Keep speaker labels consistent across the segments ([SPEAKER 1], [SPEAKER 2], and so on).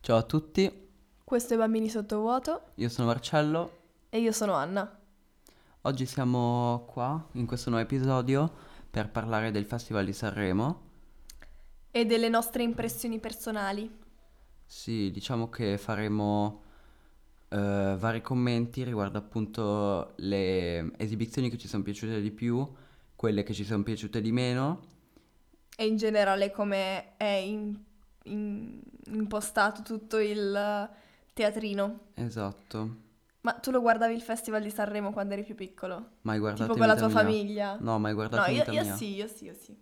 [SPEAKER 1] Ciao a tutti,
[SPEAKER 2] Questo è Bambini Sottovuoto
[SPEAKER 1] io sono Marcello.
[SPEAKER 2] e io sono Anna.
[SPEAKER 1] Oggi siamo qua in questo nuovo episodio per parlare del Festival di Sanremo.
[SPEAKER 2] E delle nostre impressioni personali.
[SPEAKER 1] Sì, diciamo che faremo eh, vari commenti riguardo appunto le esibizioni che ci sono piaciute di più, quelle che ci sono piaciute di meno.
[SPEAKER 2] E in generale come è in- in- impostato tutto il teatrino.
[SPEAKER 1] Esatto.
[SPEAKER 2] Ma tu lo guardavi il Festival di Sanremo quando eri più piccolo?
[SPEAKER 1] Mai guardato
[SPEAKER 2] tipo
[SPEAKER 1] in
[SPEAKER 2] con la
[SPEAKER 1] Ah, vita
[SPEAKER 2] tua
[SPEAKER 1] mia.
[SPEAKER 2] famiglia?
[SPEAKER 1] No, mai guardato
[SPEAKER 2] No,
[SPEAKER 1] in
[SPEAKER 2] io,
[SPEAKER 1] vita
[SPEAKER 2] io
[SPEAKER 1] mia.
[SPEAKER 2] sì, io sì, io sì.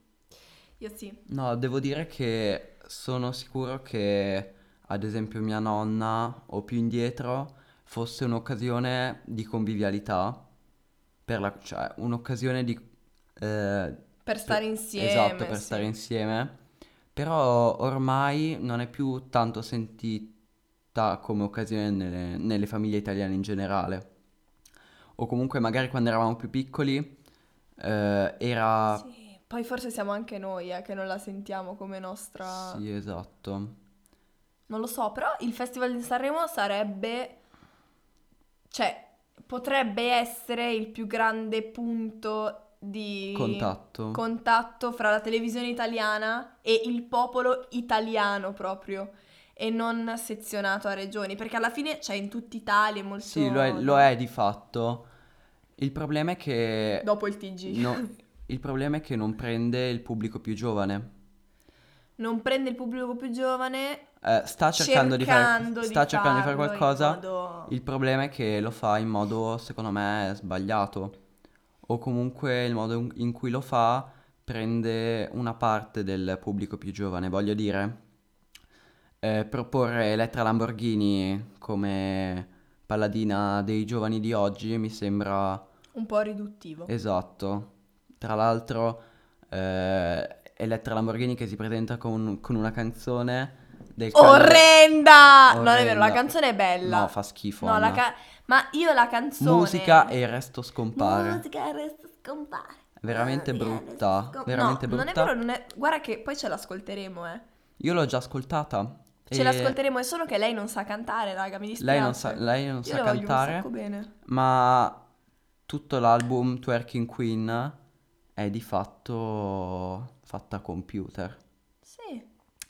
[SPEAKER 2] Io sì.
[SPEAKER 1] No, devo dire che sono sicuro che, ad esempio, mia nonna o più indietro fosse un'occasione di convivialità, per la- cioè un'occasione di... eh,
[SPEAKER 2] Per stare insieme.
[SPEAKER 1] esatto, per
[SPEAKER 2] sì.
[SPEAKER 1] stare insieme, però ormai non è più tanto sentita come occasione nelle, nelle famiglie italiane in generale. O comunque magari quando eravamo più piccoli eh, era...
[SPEAKER 2] Sì. Poi forse siamo anche noi eh, che non la sentiamo come nostra...
[SPEAKER 1] Sì, esatto.
[SPEAKER 2] Non lo so, però il Festival di Sanremo sarebbe, cioè, potrebbe essere il più grande punto di
[SPEAKER 1] Contatto.
[SPEAKER 2] contatto fra la televisione italiana e il popolo italiano proprio, e non sezionato a regioni, perché alla fine c'è in tutta Italia, è molto...
[SPEAKER 1] Sì, lo è, lo è di fatto. Il problema è che...
[SPEAKER 2] Dopo il TG.
[SPEAKER 1] no- il problema è che non prende il pubblico più giovane.
[SPEAKER 2] Non prende il pubblico più giovane,
[SPEAKER 1] Eh, sta cercando, di fare...
[SPEAKER 2] cercando
[SPEAKER 1] Sta cercando di fare
[SPEAKER 2] farlo in
[SPEAKER 1] qualcosa.
[SPEAKER 2] modo-
[SPEAKER 1] Il problema è che lo fa in modo, secondo me, sbagliato. O comunque il modo in- in cui lo fa prende una parte del pubblico più giovane. Voglio dire, eh, proporre Elettra Lamborghini come paladina dei giovani di oggi mi sembra
[SPEAKER 2] Un po' riduttivo.
[SPEAKER 1] esatto. Tra l'altro, eh, Elettra Lamborghini che si presenta con, con una canzone del quale-
[SPEAKER 2] Orrenda! Non è vero,
[SPEAKER 1] Orrenda.
[SPEAKER 2] la canzone è bella.
[SPEAKER 1] No, fa schifo.
[SPEAKER 2] No, la
[SPEAKER 1] Anna.
[SPEAKER 2] ca- ma io la canzone...
[SPEAKER 1] Musica e il resto scompare.
[SPEAKER 2] Musica e resta scompare.
[SPEAKER 1] Veramente
[SPEAKER 2] Musica e
[SPEAKER 1] brutta,
[SPEAKER 2] resta scom-
[SPEAKER 1] veramente
[SPEAKER 2] no, non è
[SPEAKER 1] brutta.
[SPEAKER 2] vero, non è... Guarda che poi ce l'ascolteremo, eh.
[SPEAKER 1] Io l'ho già ascoltata.
[SPEAKER 2] Ce
[SPEAKER 1] e
[SPEAKER 2] l'ascolteremo, è solo che lei non sa cantare, raga, mi dispiace.
[SPEAKER 1] Lei non sa, lei non
[SPEAKER 2] Io
[SPEAKER 1] sa
[SPEAKER 2] la voglio un
[SPEAKER 1] cantare,
[SPEAKER 2] sacco bene.
[SPEAKER 1] ma tutto l'album Twerking Queen è di fatto fatta a computer.
[SPEAKER 2] Sì.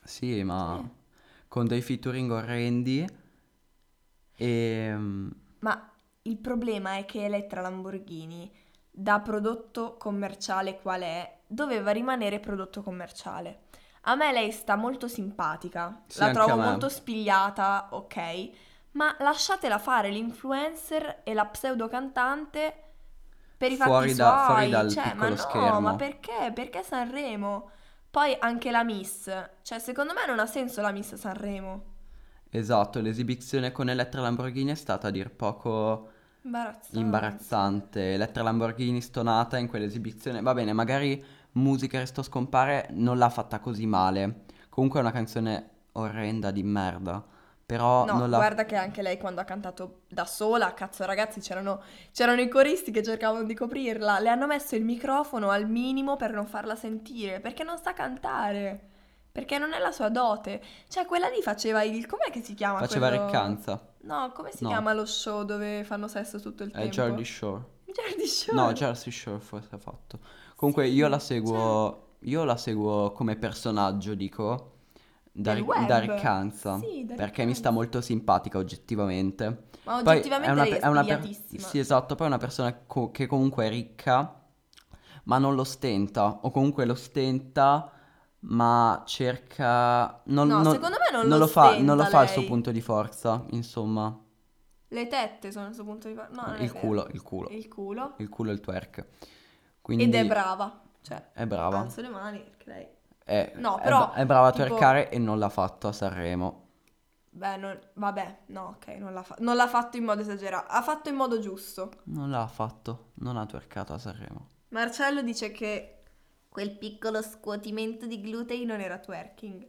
[SPEAKER 1] Sì, ma
[SPEAKER 2] Sì.
[SPEAKER 1] con dei featuring orrendi e mm,
[SPEAKER 2] Ma il problema è che Elettra Lamborghini, da prodotto commerciale qual è, doveva rimanere prodotto commerciale. A me lei sta molto simpatica,
[SPEAKER 1] Sì,
[SPEAKER 2] la
[SPEAKER 1] anche a
[SPEAKER 2] trovo
[SPEAKER 1] me.
[SPEAKER 2] molto spigliata, ok, ma lasciatela fare l'influencer e la pseudo cantante per i fatti
[SPEAKER 1] Fuori da-
[SPEAKER 2] suoi,
[SPEAKER 1] fuori dal
[SPEAKER 2] cioè,
[SPEAKER 1] piccolo
[SPEAKER 2] ma no,
[SPEAKER 1] schermo.
[SPEAKER 2] ma perché? Perché Sanremo? Poi anche la Miss, cioè secondo me non ha senso la Miss Sanremo.
[SPEAKER 1] esatto, l'esibizione con Elettra Lamborghini è stata a dir poco
[SPEAKER 2] Imbarazzante.
[SPEAKER 1] imbarazzante. Elettra Lamborghini stonata in quell'esibizione. Va bene, magari Musica Resto Scompare non l'ha fatta così male. Comunque è una canzone orrenda di merda. Però
[SPEAKER 2] No,
[SPEAKER 1] non l'ha.
[SPEAKER 2] guarda che anche lei quando ha cantato da sola, cazzo ragazzi, c'erano, c'erano i coristi che cercavano di coprirla, le hanno messo il microfono al minimo per non farla sentire, perché non sa cantare, perché non è la sua dote. Cioè quella lì faceva il... com'è che si chiama
[SPEAKER 1] faceva
[SPEAKER 2] quello-
[SPEAKER 1] riccanza.
[SPEAKER 2] No, come si
[SPEAKER 1] No.
[SPEAKER 2] chiama lo show dove fanno sesso tutto il
[SPEAKER 1] È
[SPEAKER 2] tempo?
[SPEAKER 1] Jersey Shore.
[SPEAKER 2] Jersey Shore.
[SPEAKER 1] No, cioè, Jersey Shore forse ha fatto. Comunque
[SPEAKER 2] Sì,
[SPEAKER 1] io la seguo. Io la seguo come personaggio, dico. Da,
[SPEAKER 2] Del
[SPEAKER 1] ri- da
[SPEAKER 2] web.
[SPEAKER 1] riccanza.
[SPEAKER 2] Sì, da
[SPEAKER 1] perché mi sta
[SPEAKER 2] riccanza.
[SPEAKER 1] molto simpatica oggettivamente.
[SPEAKER 2] Ma
[SPEAKER 1] Poi
[SPEAKER 2] oggettivamente
[SPEAKER 1] una
[SPEAKER 2] lei è,
[SPEAKER 1] pe- una per-
[SPEAKER 2] spigliatissima.
[SPEAKER 1] Sì, esatto, poi è una persona co- che comunque è ricca, ma non lo stenta, o comunque lo stenta, ma cerca... Non,
[SPEAKER 2] No,
[SPEAKER 1] non-
[SPEAKER 2] secondo me non,
[SPEAKER 1] non lo fa, non lo
[SPEAKER 2] stenta
[SPEAKER 1] fa il suo
[SPEAKER 2] lei.
[SPEAKER 1] punto di forza, insomma,
[SPEAKER 2] Le tette sono il suo punto di... No, non è
[SPEAKER 1] il
[SPEAKER 2] vero.
[SPEAKER 1] culo, il culo,
[SPEAKER 2] Il culo.
[SPEAKER 1] il culo e il twerk. Quindi
[SPEAKER 2] Ed è brava. Cioè,
[SPEAKER 1] È brava.
[SPEAKER 2] alzo le mani perché lei...
[SPEAKER 1] È,
[SPEAKER 2] No,
[SPEAKER 1] è
[SPEAKER 2] però,
[SPEAKER 1] bra- è brava a
[SPEAKER 2] tipo-
[SPEAKER 1] twerkare e non l'ha fatto a Sanremo.
[SPEAKER 2] Beh, non- vabbè, no, ok, non l'ha, fa- non l'ha fatto in modo esagerato, ha fatto in modo giusto.
[SPEAKER 1] Non l'ha fatto, non ha twerkato a Sanremo.
[SPEAKER 2] Marcello dice che quel piccolo scuotimento di glutei non era twerking.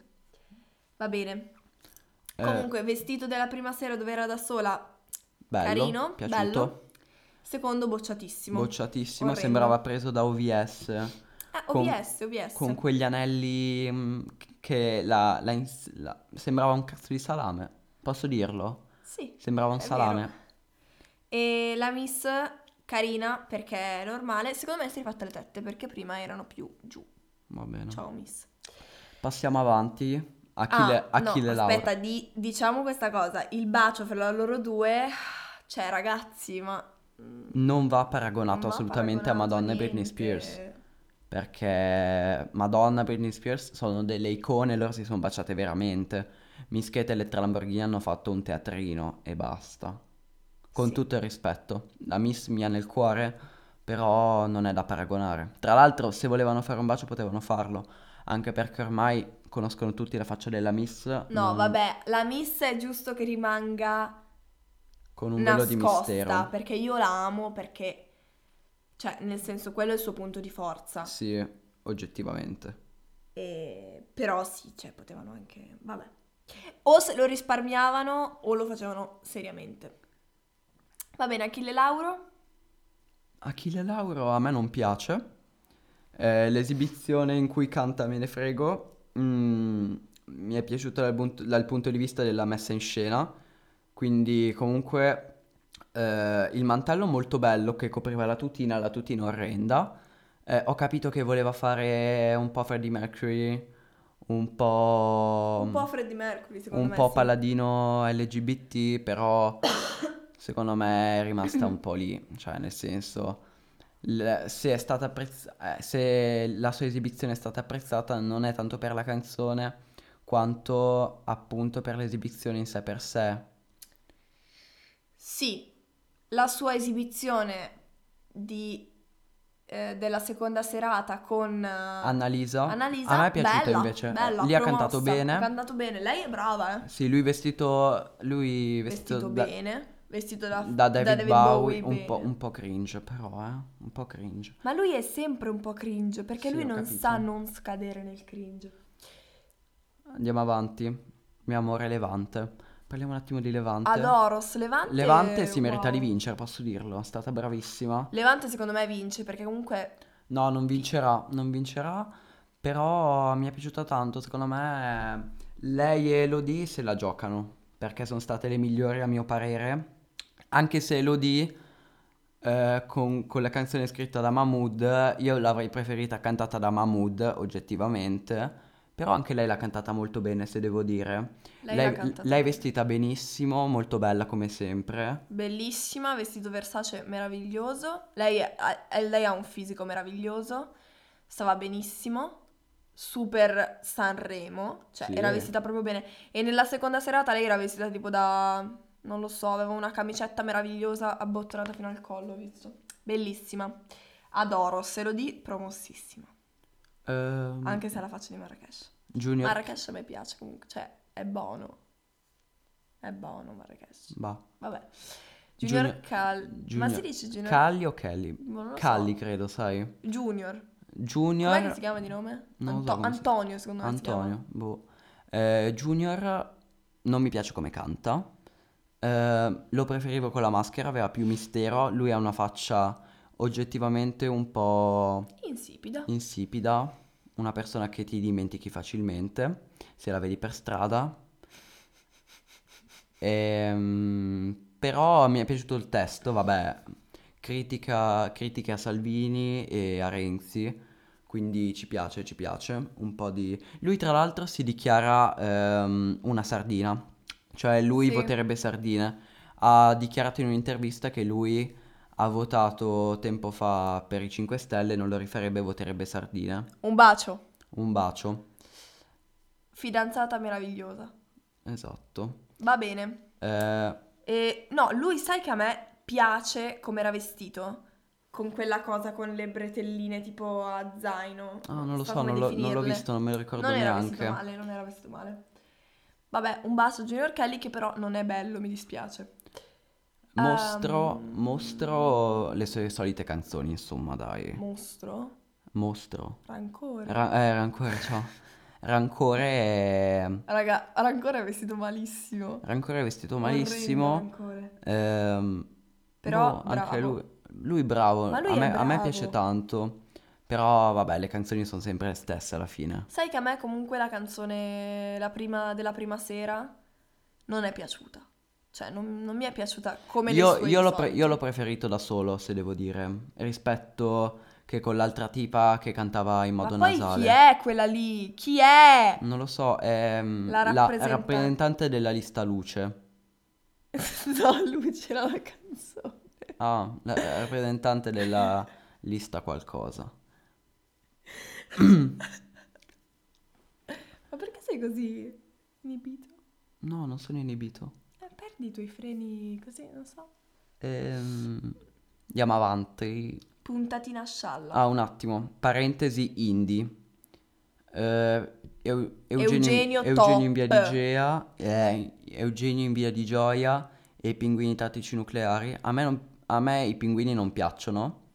[SPEAKER 2] Va bene.
[SPEAKER 1] Eh.
[SPEAKER 2] Comunque, vestito della prima sera dove era da sola,
[SPEAKER 1] Bello,
[SPEAKER 2] carino,
[SPEAKER 1] piaciuto.
[SPEAKER 2] bello. Secondo, bocciatissimo.
[SPEAKER 1] Bocciatissimo,
[SPEAKER 2] Orrendo.
[SPEAKER 1] sembrava preso da OVS.
[SPEAKER 2] eh,
[SPEAKER 1] con-
[SPEAKER 2] OBS, OBS.
[SPEAKER 1] con quegli anelli mm, che la, la ins- la- sembrava un cazzo di salame. Posso dirlo?
[SPEAKER 2] Sì.
[SPEAKER 1] Sembrava un
[SPEAKER 2] È
[SPEAKER 1] salame.
[SPEAKER 2] E la Miss, carina perché è normale, secondo me si è rifatta le tette perché prima erano più giù.
[SPEAKER 1] Va bene.
[SPEAKER 2] Ciao Miss.
[SPEAKER 1] Passiamo avanti.
[SPEAKER 2] Ah,
[SPEAKER 1] Achille, Achille
[SPEAKER 2] no,
[SPEAKER 1] Laura.
[SPEAKER 2] aspetta, di- diciamo questa cosa, il bacio fra loro due, cioè ragazzi, ma... mm,
[SPEAKER 1] Non va
[SPEAKER 2] non
[SPEAKER 1] paragonato
[SPEAKER 2] va
[SPEAKER 1] assolutamente a
[SPEAKER 2] paragonato
[SPEAKER 1] Madonna e Britney
[SPEAKER 2] niente.
[SPEAKER 1] Spears. Perché Madonna e Britney Spears sono delle icone, loro si sono baciate veramente. Mischeta e Lettra Lamborghini hanno fatto un teatrino e basta. Con
[SPEAKER 2] Sì.
[SPEAKER 1] tutto il rispetto. La Miss mi ha nel cuore, però non è da paragonare. Tra l'altro, se volevano fare un bacio potevano farlo, anche perché ormai conoscono tutti la faccia della Miss.
[SPEAKER 2] No,
[SPEAKER 1] non-
[SPEAKER 2] vabbè, la Miss è giusto che rimanga
[SPEAKER 1] Con un velo di
[SPEAKER 2] nascosta,
[SPEAKER 1] mistero.
[SPEAKER 2] perché io la amo, perché... Cioè, nel senso, quello è il suo punto di forza.
[SPEAKER 1] Sì, oggettivamente.
[SPEAKER 2] E- Però sì, cioè, potevano anche... Vabbè. O se lo risparmiavano o lo facevano seriamente. Va bene, Achille Lauro?
[SPEAKER 1] Achille Lauro a me non piace. Eh, l'esibizione in cui canta Me ne frego mm, mi è piaciuta dal, punt- dal punto di vista della messa in scena. Quindi, comunque, eh, il mantello molto bello che copriva la tutina, la tutina orrenda. Eh, ho capito che voleva fare un po' Freddie Mercury, un po'.
[SPEAKER 2] Un po' Freddie Mercury, secondo
[SPEAKER 1] un
[SPEAKER 2] me.
[SPEAKER 1] po'
[SPEAKER 2] sì.
[SPEAKER 1] paladino LGBT, però secondo me è rimasta un po' lì, cioè nel senso l- se è stata apprezz- eh, se la sua esibizione è stata apprezzata non è tanto per la canzone quanto appunto per l'esibizione in sé per sé.
[SPEAKER 2] Sì, la sua esibizione di, eh, della seconda serata con eh,
[SPEAKER 1] Annalisa,
[SPEAKER 2] Annalisa,
[SPEAKER 1] a me è piaciuta
[SPEAKER 2] bella,
[SPEAKER 1] invece, eh,
[SPEAKER 2] bella,
[SPEAKER 1] lì ha
[SPEAKER 2] promossa,
[SPEAKER 1] cantato bene.
[SPEAKER 2] Ha cantato bene, lei è brava, eh.
[SPEAKER 1] Sì, lui vestito lui
[SPEAKER 2] Vestito,
[SPEAKER 1] vestito, da,
[SPEAKER 2] bene, vestito da,
[SPEAKER 1] da David, Bowie, un,
[SPEAKER 2] bene.
[SPEAKER 1] po', un po' cringe però, eh, un po' cringe.
[SPEAKER 2] Ma lui è sempre un po' cringe, perché
[SPEAKER 1] Sì,
[SPEAKER 2] lui
[SPEAKER 1] ho
[SPEAKER 2] non
[SPEAKER 1] capito.
[SPEAKER 2] sa non scadere nel cringe.
[SPEAKER 1] Andiamo avanti. Mio amore Levante. Parliamo un attimo di Levante.
[SPEAKER 2] Adoros, Levante...
[SPEAKER 1] Levante si merita di
[SPEAKER 2] wow.
[SPEAKER 1] vincere, posso dirlo, è stata bravissima.
[SPEAKER 2] Levante secondo me vince, perché comunque...
[SPEAKER 1] No, non vincerà, non vincerà, però mi è piaciuta tanto, secondo me lei e Elodie se la giocano, perché sono state le migliori a mio parere, anche se Elodie eh, con, con la canzone scritta da Mahmood, io l'avrei preferita cantata da Mahmood oggettivamente, però anche lei l'ha cantata molto bene, se devo dire.
[SPEAKER 2] Lei, l'ha cantata
[SPEAKER 1] lei
[SPEAKER 2] bene.
[SPEAKER 1] vestita benissimo, molto bella come sempre.
[SPEAKER 2] Bellissima, vestito Versace meraviglioso. Lei, è- ha- eh, lei ha un fisico meraviglioso. Stava benissimo. Super Sanremo, cioè
[SPEAKER 1] Sì.
[SPEAKER 2] era vestita proprio bene. E nella seconda serata lei era vestita tipo da. non lo so, aveva una camicetta meravigliosa abbottonata fino al collo, ho visto. Bellissima. Adoro, se lo di, promossissima.
[SPEAKER 1] Ehm,
[SPEAKER 2] Anche se è la faccia di Marrakesh.
[SPEAKER 1] Junior
[SPEAKER 2] Marrakesh a me piace comunque, cioè è buono. È buono Marrakesh.
[SPEAKER 1] Bah.
[SPEAKER 2] Vabbè. Junior,
[SPEAKER 1] Junior-
[SPEAKER 2] Cal... Ma
[SPEAKER 1] Junior-
[SPEAKER 2] si dice Junior?
[SPEAKER 1] Calli o Kelly?
[SPEAKER 2] Boh, non lo so.
[SPEAKER 1] Calli credo, sai.
[SPEAKER 2] Junior.
[SPEAKER 1] Junior
[SPEAKER 2] Com'è che si chiama di nome?
[SPEAKER 1] Non lo
[SPEAKER 2] Anto-
[SPEAKER 1] so come si-
[SPEAKER 2] Antonio, secondo me si chiama.
[SPEAKER 1] Antonio, boh. Eh, Junior non mi piace come canta. Eh, lo preferivo con la maschera, aveva più mistero. Lui ha una faccia oggettivamente un po'
[SPEAKER 2] Insipida.
[SPEAKER 1] insipida, una persona che ti dimentichi facilmente se la vedi per strada. Ehm, però mi è piaciuto il testo, vabbè, critica, critiche a Salvini e a Renzi, quindi ci piace, ci piace. Un po' di... Lui tra l'altro si dichiara ehm, una sardina, cioè lui
[SPEAKER 2] Sì.
[SPEAKER 1] voterebbe sardine. Ha dichiarato in un'intervista che lui ha votato tempo fa per i 5 Stelle, non lo rifarebbe, voterebbe sardine.
[SPEAKER 2] Un bacio.
[SPEAKER 1] Un bacio,
[SPEAKER 2] Fidanzata meravigliosa.
[SPEAKER 1] esatto.
[SPEAKER 2] Va bene.
[SPEAKER 1] Eh,
[SPEAKER 2] E no, lui sai che a me piace come era vestito. Con quella cosa con le bretelline tipo a zaino.
[SPEAKER 1] ah, non lo
[SPEAKER 2] so
[SPEAKER 1] so,
[SPEAKER 2] come
[SPEAKER 1] non, l'ho- non l'ho
[SPEAKER 2] definirle.
[SPEAKER 1] visto, non me lo ricordo
[SPEAKER 2] Non era vestito
[SPEAKER 1] neanche.
[SPEAKER 2] male, non era vestito male. Vabbè, un bacio a Junior Kelly che però non è bello, mi dispiace.
[SPEAKER 1] Mostro,
[SPEAKER 2] Ehm,
[SPEAKER 1] mostro le sue solite canzoni, insomma, dai.
[SPEAKER 2] Mostro?
[SPEAKER 1] Mostro.
[SPEAKER 2] Rancore.
[SPEAKER 1] Ra- eh, rancore, ciao. Rancore è...
[SPEAKER 2] Raga, Rancore è vestito malissimo.
[SPEAKER 1] Rancore è vestito
[SPEAKER 2] Orrendo
[SPEAKER 1] malissimo.
[SPEAKER 2] Rancore.
[SPEAKER 1] Ehm,
[SPEAKER 2] Però
[SPEAKER 1] boh, anche
[SPEAKER 2] bravo.
[SPEAKER 1] lui, lui bravo,
[SPEAKER 2] Ma lui
[SPEAKER 1] a
[SPEAKER 2] è
[SPEAKER 1] me, a me
[SPEAKER 2] bravo.
[SPEAKER 1] piace tanto, però vabbè le canzoni sono sempre le stesse alla fine.
[SPEAKER 2] Sai che a me comunque la canzone la prima, della prima sera non è piaciuta. Cioè, non, non mi è piaciuta come le
[SPEAKER 1] Io,
[SPEAKER 2] sue
[SPEAKER 1] io
[SPEAKER 2] di
[SPEAKER 1] l'ho pre-
[SPEAKER 2] solito.
[SPEAKER 1] io l'ho preferito da solo, se devo dire, rispetto che con l'altra tipa che cantava in modo
[SPEAKER 2] Ma poi
[SPEAKER 1] nasale. Mm.
[SPEAKER 2] chi è quella lì? Chi è?
[SPEAKER 1] Non lo so, è mm,
[SPEAKER 2] La rappresentante.
[SPEAKER 1] rappresentante della lista luce.
[SPEAKER 2] no, lui c'era la canzone.
[SPEAKER 1] Ah, la la rappresentante della lista qualcosa.
[SPEAKER 2] Ma perché sei così inibito?
[SPEAKER 1] No, non sono inibito.
[SPEAKER 2] Eh, perdi i tuoi freni così, non so.
[SPEAKER 1] Ehm, andiamo avanti.
[SPEAKER 2] Puntatina scialla.
[SPEAKER 1] Ah, un attimo. Parentesi indie. Eh, Eu- Eugenio,
[SPEAKER 2] Eugenio Top.
[SPEAKER 1] Eugenio in via di Gea, eh, Eugenio in via di Gioia e i pinguini tattici nucleari. A me, non- a me i pinguini non piacciono.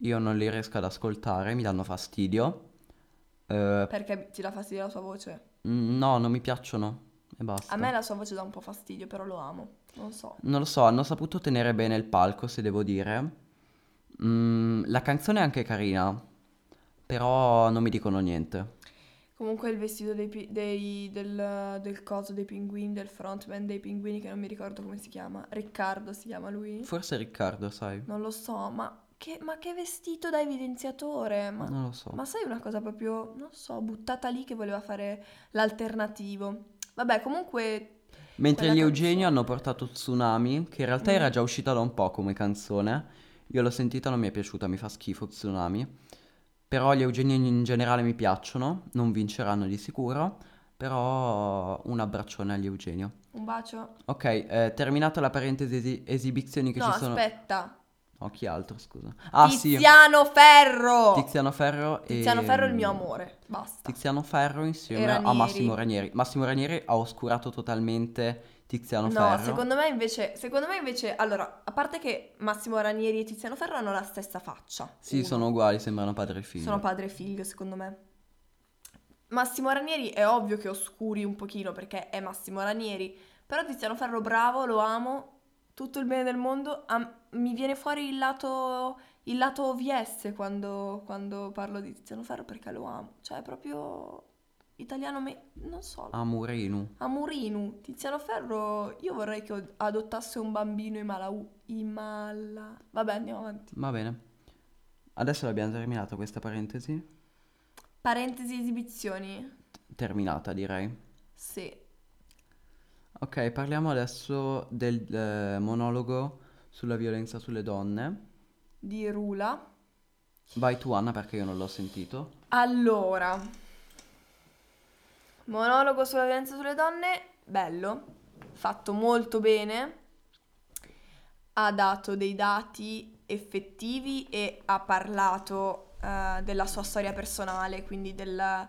[SPEAKER 1] Io non li riesco ad ascoltare, mi danno fastidio. Eh,
[SPEAKER 2] Perché ti dà fastidio la sua voce?
[SPEAKER 1] mm, no, non mi piacciono. E basta.
[SPEAKER 2] A me la sua voce dà un po' fastidio, però lo amo. Non so.
[SPEAKER 1] Non lo so, hanno saputo tenere bene il palco, se devo dire. Mm, la canzone è anche carina, però non mi dicono niente.
[SPEAKER 2] Comunque il vestito dei, pi- dei- del, del coso dei pinguini, del frontman dei pinguini, che non mi ricordo come si chiama. Riccardo si chiama lui?
[SPEAKER 1] Forse Riccardo, sai.
[SPEAKER 2] Non lo so, ma che, ma che vestito da evidenziatore? Ma,
[SPEAKER 1] Non lo so.
[SPEAKER 2] ma sai una cosa proprio, non so, buttata lì che voleva fare l'alternativo. Vabbè, comunque...
[SPEAKER 1] Mentre
[SPEAKER 2] quella
[SPEAKER 1] gli Eugenio
[SPEAKER 2] canzone-
[SPEAKER 1] hanno portato Tsunami, che in realtà
[SPEAKER 2] Mm.
[SPEAKER 1] era già uscita da un po' come canzone. Io l'ho sentita, non mi è piaciuta, mi fa schifo Tsunami. Però gli Eugenio in generale mi piacciono, non vinceranno di sicuro, però un abbraccione agli Eugenio.
[SPEAKER 2] Un bacio?
[SPEAKER 1] Ok, eh, terminata la parentesi esi- esibizioni che
[SPEAKER 2] no,
[SPEAKER 1] ci sono...
[SPEAKER 2] aspetta.
[SPEAKER 1] No, chi altro, scusa? Ah, ehm,
[SPEAKER 2] Tiziano Ferro!
[SPEAKER 1] sì, Tiziano Ferro e... mm,
[SPEAKER 2] Tiziano Ferro è il mio amore. Basta.
[SPEAKER 1] Tiziano Ferro
[SPEAKER 2] E
[SPEAKER 1] insieme
[SPEAKER 2] Ranieri.
[SPEAKER 1] a Massimo Ranieri. Massimo Ranieri ha oscurato totalmente Tiziano
[SPEAKER 2] No,
[SPEAKER 1] Ferro.
[SPEAKER 2] secondo me invece, secondo me invece, allora, a parte che Massimo Ranieri e Tiziano Ferro hanno la stessa faccia.
[SPEAKER 1] Sì,
[SPEAKER 2] uno.
[SPEAKER 1] sono uguali, sembrano padre e figlio.
[SPEAKER 2] Sono padre e figlio, secondo me. Massimo Ranieri è ovvio che oscuri un pochino perché è Massimo Ranieri, però Tiziano Ferro bravo, lo amo, tutto il bene del mondo, Am- mi viene fuori il lato, il lato OVS quando, quando parlo di Tiziano Ferro perché lo amo, cioè è proprio italiano, me- non so,
[SPEAKER 1] Ah. Amorino.
[SPEAKER 2] Amorino, Tiziano Ferro, io vorrei che od- adottasse un bambino in Malau. In Mala. Vabbè, andiamo avanti.
[SPEAKER 1] Va bene. Adesso l'abbiamo terminata questa parentesi.
[SPEAKER 2] Parentesi esibizioni.
[SPEAKER 1] Terminata, direi.
[SPEAKER 2] Sì.
[SPEAKER 1] Ok, parliamo adesso del eh, monologo sulla violenza sulle donne.
[SPEAKER 2] Di Rula.
[SPEAKER 1] Vai tu, Anna, perché io non l'ho sentito.
[SPEAKER 2] Allora. Monologo sulla violenza sulle donne. Bello. Fatto molto bene. Ha dato dei dati effettivi e ha parlato eh, della sua storia personale, quindi del-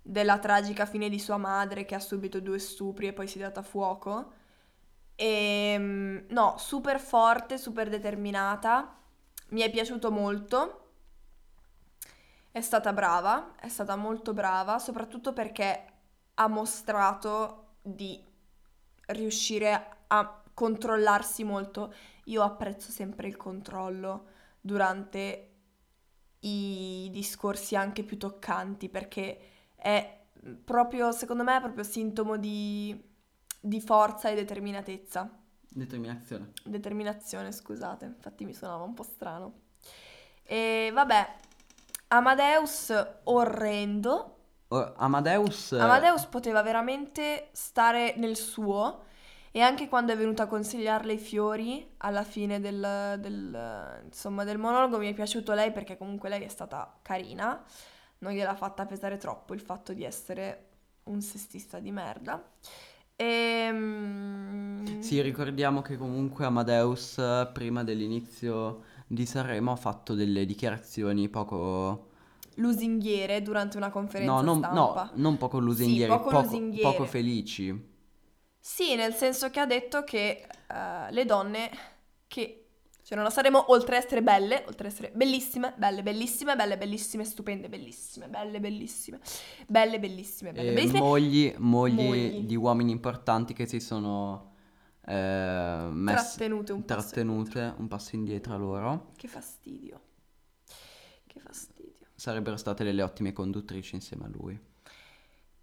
[SPEAKER 2] della tragica fine di sua madre che ha subito due stupri e poi si è data a fuoco. E, no, super forte, super determinata. Mi è piaciuto molto. È stata brava, è stata molto brava, soprattutto perché ha mostrato di riuscire a controllarsi molto. Io apprezzo sempre il controllo durante i discorsi anche più toccanti, perché è proprio, secondo me, è proprio sintomo di, di forza e determinatezza
[SPEAKER 1] Determinazione.
[SPEAKER 2] determinazione, scusate, infatti mi suonava un po' strano. E vabbè, Amadeus orrendo.
[SPEAKER 1] Oh, Amadeus... eh,
[SPEAKER 2] Amadeus poteva veramente stare nel suo e anche quando è venuto a consigliarle i fiori alla fine del, del, insomma, del monologo mi è piaciuto lei perché comunque lei è stata carina, non gliel'ha fatta pesare troppo il fatto di essere un sessista di merda. Ehm...
[SPEAKER 1] Sì, ricordiamo che comunque Amadeus eh, prima dell'inizio di Sanremo ha fatto delle dichiarazioni poco...
[SPEAKER 2] lusinghiere durante una conferenza
[SPEAKER 1] No, non,
[SPEAKER 2] stampa.
[SPEAKER 1] no, non poco lusinghieri,
[SPEAKER 2] poco Eh,
[SPEAKER 1] poco,
[SPEAKER 2] lusinghiere.
[SPEAKER 1] poco felici.
[SPEAKER 2] Sì, nel senso che ha detto che eh, le donne che cioè non la saremo oltre a essere belle, oltre a essere bellissime, belle, bellissime, belle, bellissime, stupende, bellissime, belle, bellissime, belle, bellissime, belle,
[SPEAKER 1] E
[SPEAKER 2] bellissime.
[SPEAKER 1] Eh, mogli, mogli
[SPEAKER 2] Mogli.
[SPEAKER 1] di uomini importanti che si sono eh, mess-
[SPEAKER 2] trattenute un po'.
[SPEAKER 1] trattenute un passo indietro a loro.
[SPEAKER 2] Che fastidio. Che fastidio.
[SPEAKER 1] Sarebbero state delle ottime conduttrici insieme a lui.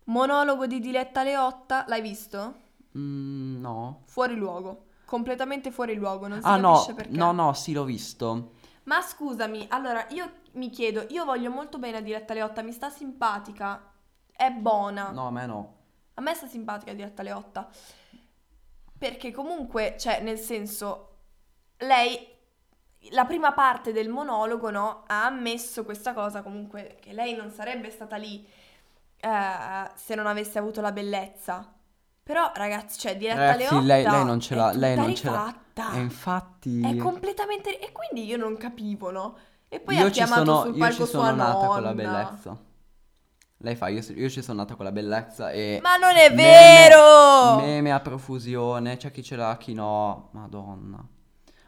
[SPEAKER 2] Monologo di Diletta Leotta, l'hai visto?
[SPEAKER 1] Mm, no.
[SPEAKER 2] Fuori luogo. Completamente fuori luogo, non si
[SPEAKER 1] Ah no,
[SPEAKER 2] capisce perché.
[SPEAKER 1] no, no, sì, l'ho visto.
[SPEAKER 2] Ma scusami, allora io mi chiedo, io voglio molto bene a Diletta Leotta, mi sta simpatica, è buona.
[SPEAKER 1] No, a me no.
[SPEAKER 2] A me sta simpatica Diletta Leotta. Perché comunque, cioè, nel senso, lei, la prima parte del monologo, no, ha ammesso questa cosa comunque, che lei non sarebbe stata lì eh, se non avesse avuto la bellezza. Però, ragazzi, cioè, Diletta
[SPEAKER 1] Ragazzi,
[SPEAKER 2] Leotta
[SPEAKER 1] Eh, lei- lei non ce l'ha,
[SPEAKER 2] è
[SPEAKER 1] lei
[SPEAKER 2] tutta
[SPEAKER 1] non ce l'ha.
[SPEAKER 2] rifatta.
[SPEAKER 1] E infatti...
[SPEAKER 2] Ah. È completamente... E quindi io non capivo, no? E poi ha
[SPEAKER 1] io ci
[SPEAKER 2] chiamato
[SPEAKER 1] sono,
[SPEAKER 2] sul
[SPEAKER 1] io
[SPEAKER 2] palco
[SPEAKER 1] ci sono
[SPEAKER 2] sua
[SPEAKER 1] nata con la
[SPEAKER 2] nonna.
[SPEAKER 1] bellezza. Lei fa, io, io ci sono nata con la bellezza e...
[SPEAKER 2] Ma non è
[SPEAKER 1] Meme-
[SPEAKER 2] vero!
[SPEAKER 1] Meme a profusione, c'è chi ce l'ha, chi no. Madonna.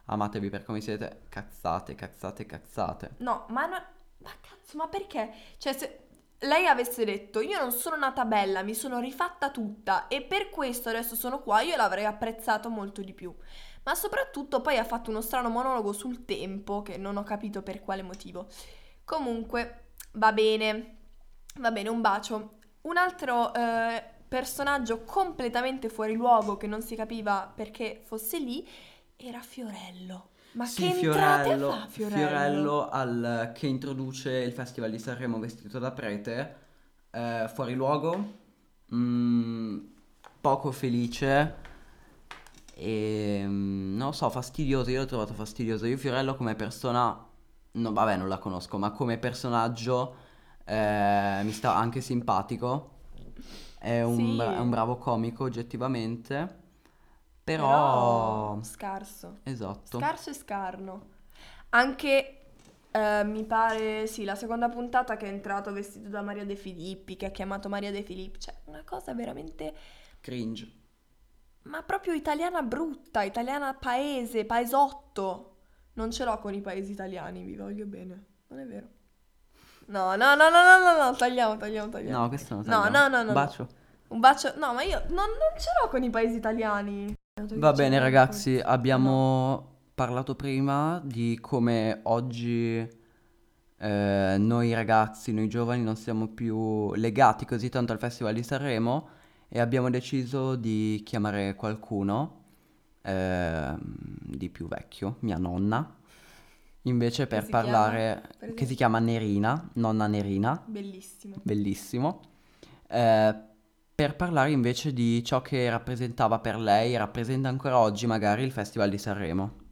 [SPEAKER 1] Amatevi per come siete. Cazzate, cazzate, cazzate.
[SPEAKER 2] No, ma, no- ma cazzo, ma perché? Cioè, se lei avesse detto io non sono nata bella, mi sono rifatta tutta e per questo adesso sono qua, io l'avrei apprezzato molto di più. Ma soprattutto poi ha fatto uno strano monologo sul tempo, che non ho capito per quale motivo. Comunque, va bene, va bene, un bacio. Un altro eh, personaggio completamente fuori luogo che non si capiva perché fosse lì era Fiorello. Ma che entrate fa
[SPEAKER 1] Fiorello al- che introduce il Festival di Sanremo vestito da prete, eh, fuori luogo, mm, poco felice e mm, non lo so, fastidioso, io l'ho trovato fastidioso. Io Fiorello come persona, no, vabbè non la conosco, ma come personaggio eh, mi sta anche simpatico, è un,
[SPEAKER 2] Sì.
[SPEAKER 1] bra- è un bravo comico oggettivamente, però...
[SPEAKER 2] Però scarso.
[SPEAKER 1] Esatto.
[SPEAKER 2] Scarso e scarno. Anche eh, mi pare, sì, la seconda puntata che è entrato vestito da Maria De Filippi, che ha chiamato Maria De Filippi, cioè una cosa veramente
[SPEAKER 1] Cringe.
[SPEAKER 2] ma proprio italiana brutta, italiana paese, paesotto. Non ce l'ho con i paesi italiani, vi voglio bene. Non è vero. No, no, no, no, no, no, no, tagliamo, tagliamo, tagliamo.
[SPEAKER 1] No, questo non
[SPEAKER 2] No, no, no, no, no.
[SPEAKER 1] Bacio.
[SPEAKER 2] Un bacio. No, ma io non, non ce l'ho con i paesi italiani. Cioè,
[SPEAKER 1] Va bene ragazzi, abbiamo parlato prima di come oggi eh, noi ragazzi, noi giovani non siamo più legati così tanto al Festival di Sanremo e abbiamo deciso di chiamare qualcuno ehm, di più vecchio, mia nonna, invece per
[SPEAKER 2] si chiama,
[SPEAKER 1] parlare,
[SPEAKER 2] per esempio?
[SPEAKER 1] che si chiama Nerina, nonna Nerina.
[SPEAKER 2] Bellissimo.
[SPEAKER 1] bellissimo, eh, per parlare invece di ciò che rappresentava per lei e rappresenta ancora oggi magari il Festival di Sanremo.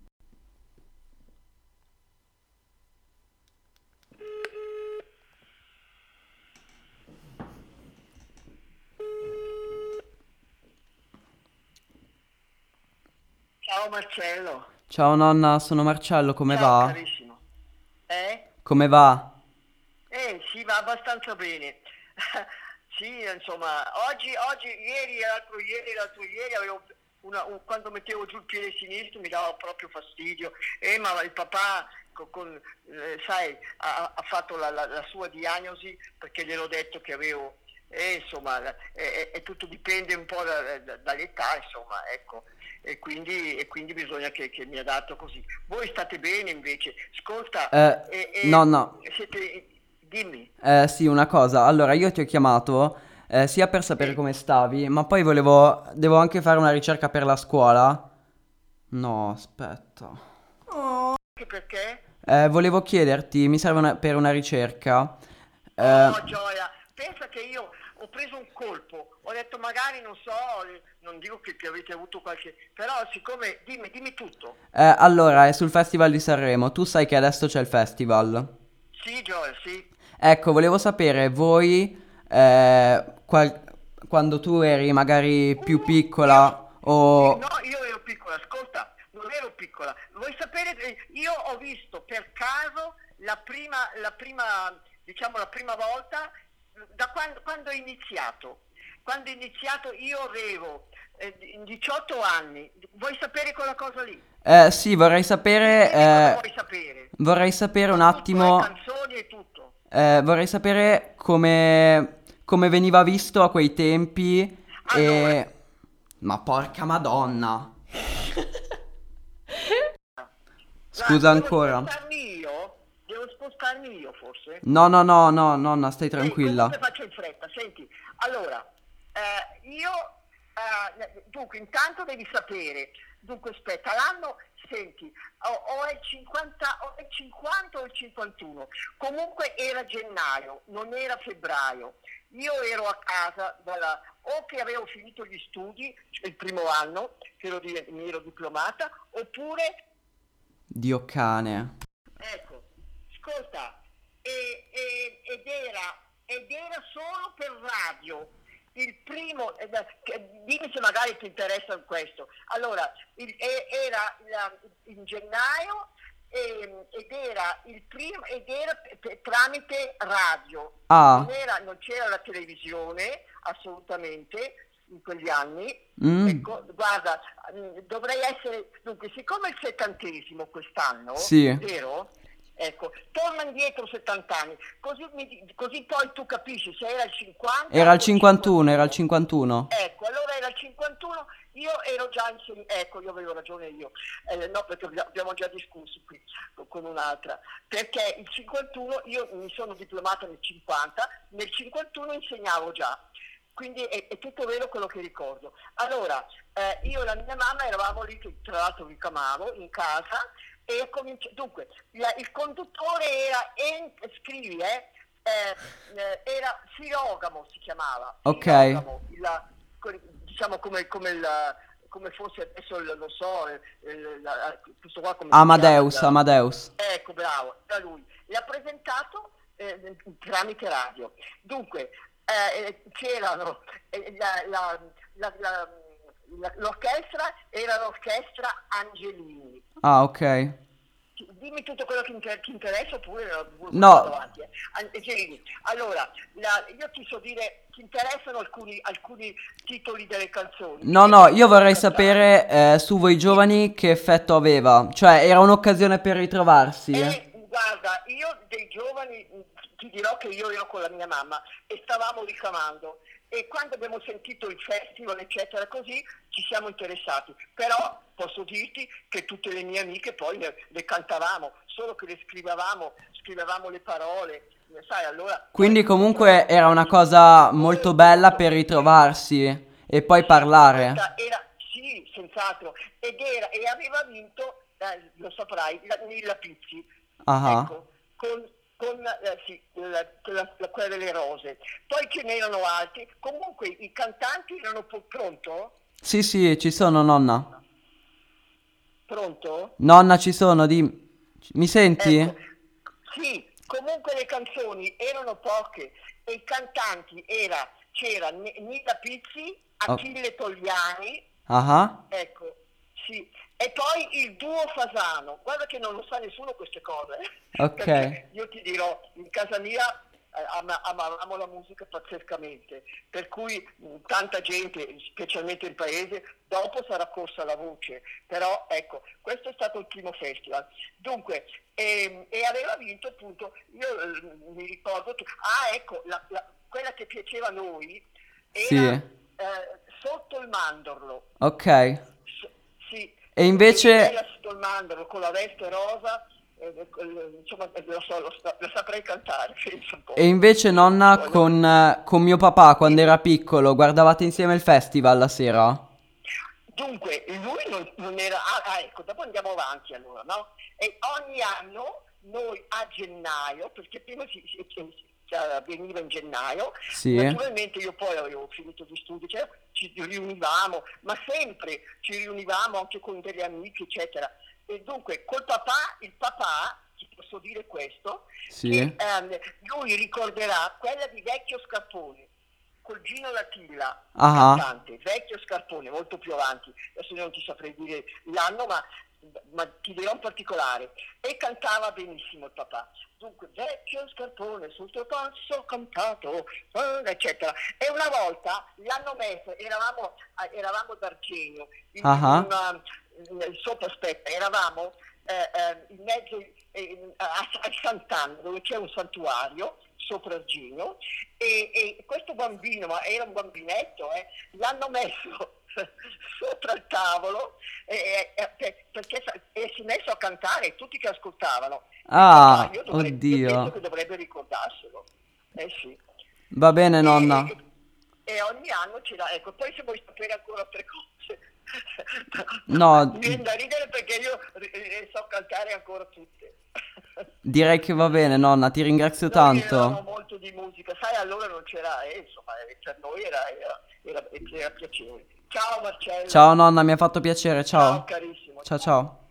[SPEAKER 3] Ciao Marcello.
[SPEAKER 1] Ciao nonna, sono Marcello, come
[SPEAKER 3] Ciao,
[SPEAKER 1] va?
[SPEAKER 3] Carissimo. Eh?
[SPEAKER 1] Come va?
[SPEAKER 3] Eh, sì, va abbastanza bene. sì, insomma, oggi, oggi, ieri, l'altro ieri, l'altro ieri avevo una- un- quando mettevo giù il piede sinistro mi dava proprio fastidio. Eh, ma il papà, co- con- eh, sai, ha, ha fatto la, la- la sua diagnosi perché gliel'ho detto che avevo... eh, insomma, la- e, e- e tutto dipende un po' da- da- dall'età, insomma, ecco. E quindi, e quindi bisogna che, che mi adatto così. Voi state bene invece. Ascolta,
[SPEAKER 1] Eh,
[SPEAKER 3] e- e-
[SPEAKER 1] nonna,
[SPEAKER 3] siete- dimmi.
[SPEAKER 1] Eh, sì, una cosa. Allora, io ti ho chiamato eh, sia per sapere
[SPEAKER 3] Sì.
[SPEAKER 1] come stavi, ma poi volevo... Devo anche fare una ricerca per la scuola. No, aspetta.
[SPEAKER 2] Oh.
[SPEAKER 3] Anche perché?
[SPEAKER 1] Eh, volevo chiederti, mi serve una- per una ricerca. Eh,
[SPEAKER 3] Oh, gioia, pensa che io ho preso un colpo. Ho detto magari, non so, eh, non dico che, che avete avuto qualche... Però siccome, dimmi, dimmi tutto.
[SPEAKER 1] eh, allora, è sul Festival di Sanremo. Tu sai che adesso c'è il festival.
[SPEAKER 3] Sì, Gioia, sì.
[SPEAKER 1] Ecco, volevo sapere voi, eh, qual- quando tu eri magari più piccola o...
[SPEAKER 3] "Eh, No, io ero piccola, ascolta, non ero piccola. Vuoi sapere, eh, io ho visto per caso la prima, la prima diciamo la prima volta, da quando, quando ho iniziato. Quando ho iniziato io avevo eh, 18 anni. Vuoi sapere quella cosa lì?
[SPEAKER 1] Eh, sì, vorrei sapere...
[SPEAKER 3] Dimmi cosa
[SPEAKER 1] eh,
[SPEAKER 3] vuoi sapere?
[SPEAKER 1] vorrei sapere un
[SPEAKER 3] Tutto,
[SPEAKER 1] attimo...
[SPEAKER 3] le canzoni e tutto.
[SPEAKER 1] eh, vorrei sapere come, come veniva visto a quei tempi e...
[SPEAKER 3] Allora.
[SPEAKER 1] Ma porca madonna! Scusa
[SPEAKER 3] Guarda,
[SPEAKER 1] ancora.
[SPEAKER 3] Devo spostarmi io? Devo spostarmi io forse?
[SPEAKER 1] No, no, no, no, nonna, stai
[SPEAKER 3] Sì,
[SPEAKER 1] tranquilla.
[SPEAKER 3] comunque faccio in fretta, senti. Allora, eh, io eh, dunque, intanto devi sapere, dunque aspetta, l'anno, senti, o, o è il 50, o è il 50 o il 51, comunque era gennaio, non era febbraio, io ero a casa dalla- o che avevo finito gli studi, cioè il primo anno, che ero di- mi ero diplomata, oppure
[SPEAKER 1] Dio cane.
[SPEAKER 3] Ecco, ascolta, e- e- ed, era, ed era solo per radio. Il primo, eh, da- che- dimmi se magari ti interessa questo. Allora, il- e- era la- in gennaio ehm, ed era il primo, ed era p- p- tramite radio.
[SPEAKER 1] Ah,
[SPEAKER 3] Non, era- non c'era la televisione assolutamente in quegli anni.
[SPEAKER 1] mm,
[SPEAKER 3] Ecco, guarda, mm, dovrei essere, dunque, siccome è il settantesimo quest'anno,
[SPEAKER 1] Sì.
[SPEAKER 3] vero? Ecco, torna indietro 70 anni, così, mi- così poi tu capisci se era il 50.
[SPEAKER 1] era
[SPEAKER 3] o
[SPEAKER 1] il 51, era il 51.
[SPEAKER 3] Ecco, allora era il 51, io ero già inserito, ecco, io avevo ragione io, Eh, no perché abbi- abbiamo già discusso qui co- con un'altra, perché il 51, io mi sono diplomata nel 50, nel 51 insegnavo già, quindi è, è tutto vero quello che ricordo. Allora, eh, io e la mia mamma eravamo lì, che tra l'altro vi chiamavo, in casa, e cominci- dunque, la- il conduttore era, en- scrivi, eh, eh, eh, era Filogamo si chiamava.
[SPEAKER 1] Ok.
[SPEAKER 3] Filogamo, il- quel- diciamo come, come il, come fosse adesso, il- lo so, eh, eh, la- questo qua come si chiama?
[SPEAKER 1] Amadeus,
[SPEAKER 3] La-
[SPEAKER 1] Amadeus.
[SPEAKER 3] Ecco, bravo, da lui. L'ha presentato eh, tramite radio. Dunque, eh, eh, c'erano eh, la- la- la- la- la- l'orchestra, era l'orchestra Angelini.
[SPEAKER 1] Ah, ok.
[SPEAKER 3] Dimmi tutto quello che inter- ti interessa oppure vuoi
[SPEAKER 1] No.
[SPEAKER 3] guardare avanti, eh. An- Angelini, allora, la- io ti so dire, ti interessano alcuni, alcuni titoli delle canzoni?
[SPEAKER 1] No, no, io vorrei sapere eh, su voi giovani che effetto aveva. Cioè, era un'occasione per ritrovarsi.
[SPEAKER 3] Eh, guarda, io dei giovani mh, ti dirò che io ero con la mia mamma e stavamo ricamando e quando abbiamo sentito il festival eccetera così ci siamo interessati, però posso dirti che tutte le mie amiche poi le, le cantavamo, solo che le scrivevamo, scrivevamo le parole, sai allora...
[SPEAKER 1] Quindi comunque era una cosa molto bella per ritrovarsi e poi parlare.
[SPEAKER 3] Questa Era, sì, senz'altro, ed era, e aveva vinto, eh, lo saprai, la Nilla Pizzi.
[SPEAKER 1] Ah, ah.
[SPEAKER 3] Ecco, con, con, eh, sì, la, la- la- quella delle rose. Poi ce n'erano altri. Comunque i cantanti erano po- pronto?
[SPEAKER 1] Sì, sì, ci sono, nonna.
[SPEAKER 3] Pronto?
[SPEAKER 1] Nonna, ci sono, di... Mi senti?
[SPEAKER 3] Ecco. Sì, comunque le canzoni erano poche e i cantanti era, c'era N- Nita Pizzi,
[SPEAKER 1] Oh.
[SPEAKER 3] Achille Togliani,
[SPEAKER 1] Ah, ah.
[SPEAKER 3] ecco, sì. E poi il duo Fasano. Guarda che non lo sa nessuno queste cose.
[SPEAKER 1] Ok.
[SPEAKER 3] Perché Io ti dirò, in casa mia eh, ama- amavamo la musica pazzescamente, per cui mh, tanta gente, specialmente in paese, dopo sarà corsa la voce. Però ecco, questo è stato il primo festival. Dunque, ehm, e aveva vinto appunto, io eh, mi ricordo, che- ah ecco, la- la- quella che piaceva a noi era
[SPEAKER 1] Sì.
[SPEAKER 3] eh, sotto il mandorlo.
[SPEAKER 1] Ok.
[SPEAKER 3] S- sì.
[SPEAKER 1] E invece-
[SPEAKER 3] Bella sotto il mandorlo, con la veste rosa, eh, eh, insomma, eh, lo so, lo, sa- lo saprei cantare, penso un po'.
[SPEAKER 1] E invece nonna
[SPEAKER 3] Poi,
[SPEAKER 1] con, eh, con mio papà quando era piccolo guardavate insieme il festival la sera?
[SPEAKER 3] Dunque, lui non, non era... Ah, ah, ecco, dopo andiamo avanti allora, no? E ogni anno noi a gennaio, perché prima si, si- si- si- avveniva in gennaio,
[SPEAKER 1] Sì.
[SPEAKER 3] Naturalmente io poi avevo finito gli studi, cioè, ci riunivamo, ma sempre ci riunivamo anche con delle amiche, eccetera. E dunque col papà, il papà, ti posso dire questo,
[SPEAKER 1] Sì.
[SPEAKER 3] che, ehm, lui ricorderà quella di Vecchio Scarpone, col Gino Latilla,
[SPEAKER 1] Ah.
[SPEAKER 3] cantante, Vecchio Scarpone, molto più avanti, adesso io non ti saprei dire l'anno, ma, ma ti dirò un particolare, e cantava benissimo il papà. Dunque, Vecchio Scarpone, sul tuo passo cantato, eh, eccetera. E una volta l'hanno messo, eravamo, eh, eravamo ad Argenio, in
[SPEAKER 1] Ah.
[SPEAKER 3] una- in- sopra aspetta, eravamo eh, eh, in mezzo eh, a, a Sant'Anna, dove c'è un santuario sopra Argenio, e, e questo bambino, ma era un bambinetto, eh, l'hanno messo sopra il tavolo eh, eh, per- perché sa- e si è messo a cantare, tutti che ascoltavano.
[SPEAKER 1] Ah,
[SPEAKER 3] Io dovrei- io penso
[SPEAKER 1] oddio.
[SPEAKER 3] che dovrebbe ricordarselo. Eh sì.
[SPEAKER 1] Va bene
[SPEAKER 3] E-
[SPEAKER 1] nonna.
[SPEAKER 3] e- e ogni anno ce l'ha. Ecco, poi se vuoi sapere ancora altre cose.
[SPEAKER 1] No.
[SPEAKER 3] Mi viene da ridere perché io ri- ri- so cantare ancora tutte.
[SPEAKER 1] Direi che va bene, nonna, ti ringrazio
[SPEAKER 3] Noi eravamo
[SPEAKER 1] tanto.
[SPEAKER 3] molto di musica, sai, allora non c'era, eh, insomma, eh, per noi era, era, era, era piacevole. Ciao Marcello.
[SPEAKER 1] Ciao nonna, mi ha fatto piacere,
[SPEAKER 3] Ciao,
[SPEAKER 1] ciao.
[SPEAKER 3] carissimo.
[SPEAKER 1] Ciao ciao.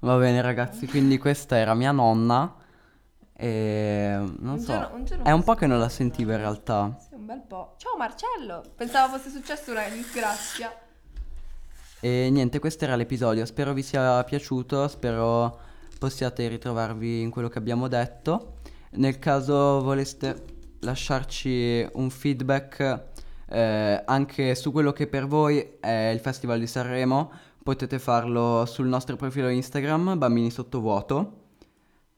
[SPEAKER 1] Va bene ragazzi, quindi questa era mia nonna e non
[SPEAKER 2] Un
[SPEAKER 1] so,
[SPEAKER 2] giorno- un giorno
[SPEAKER 1] è un po'
[SPEAKER 2] possiamo
[SPEAKER 1] che non la
[SPEAKER 2] parlare.
[SPEAKER 1] sentivo in realtà.
[SPEAKER 2] Sì, un bel po'. Ciao Marcello, pensavo fosse successo una disgrazia.
[SPEAKER 1] E niente, questo era l'episodio, spero vi sia piaciuto, spero possiate ritrovarvi in quello che abbiamo detto. Nel caso voleste lasciarci un feedback eh, anche su quello che per voi è il Festival di Sanremo, potete farlo sul nostro profilo Instagram, Bambini Sottovuoto.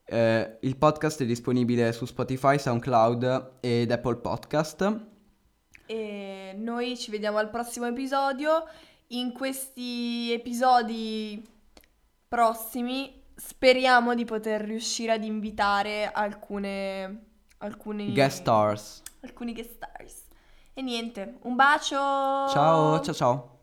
[SPEAKER 1] Eh, il podcast è disponibile su Spotify, SoundCloud ed Apple Podcast.
[SPEAKER 2] E noi ci vediamo al prossimo episodio. In questi episodi prossimi speriamo di poter riuscire ad invitare alcune alcuni
[SPEAKER 1] Guest stars.
[SPEAKER 2] alcuni guest stars. E niente, un bacio.
[SPEAKER 1] Ciao, ciao ciao.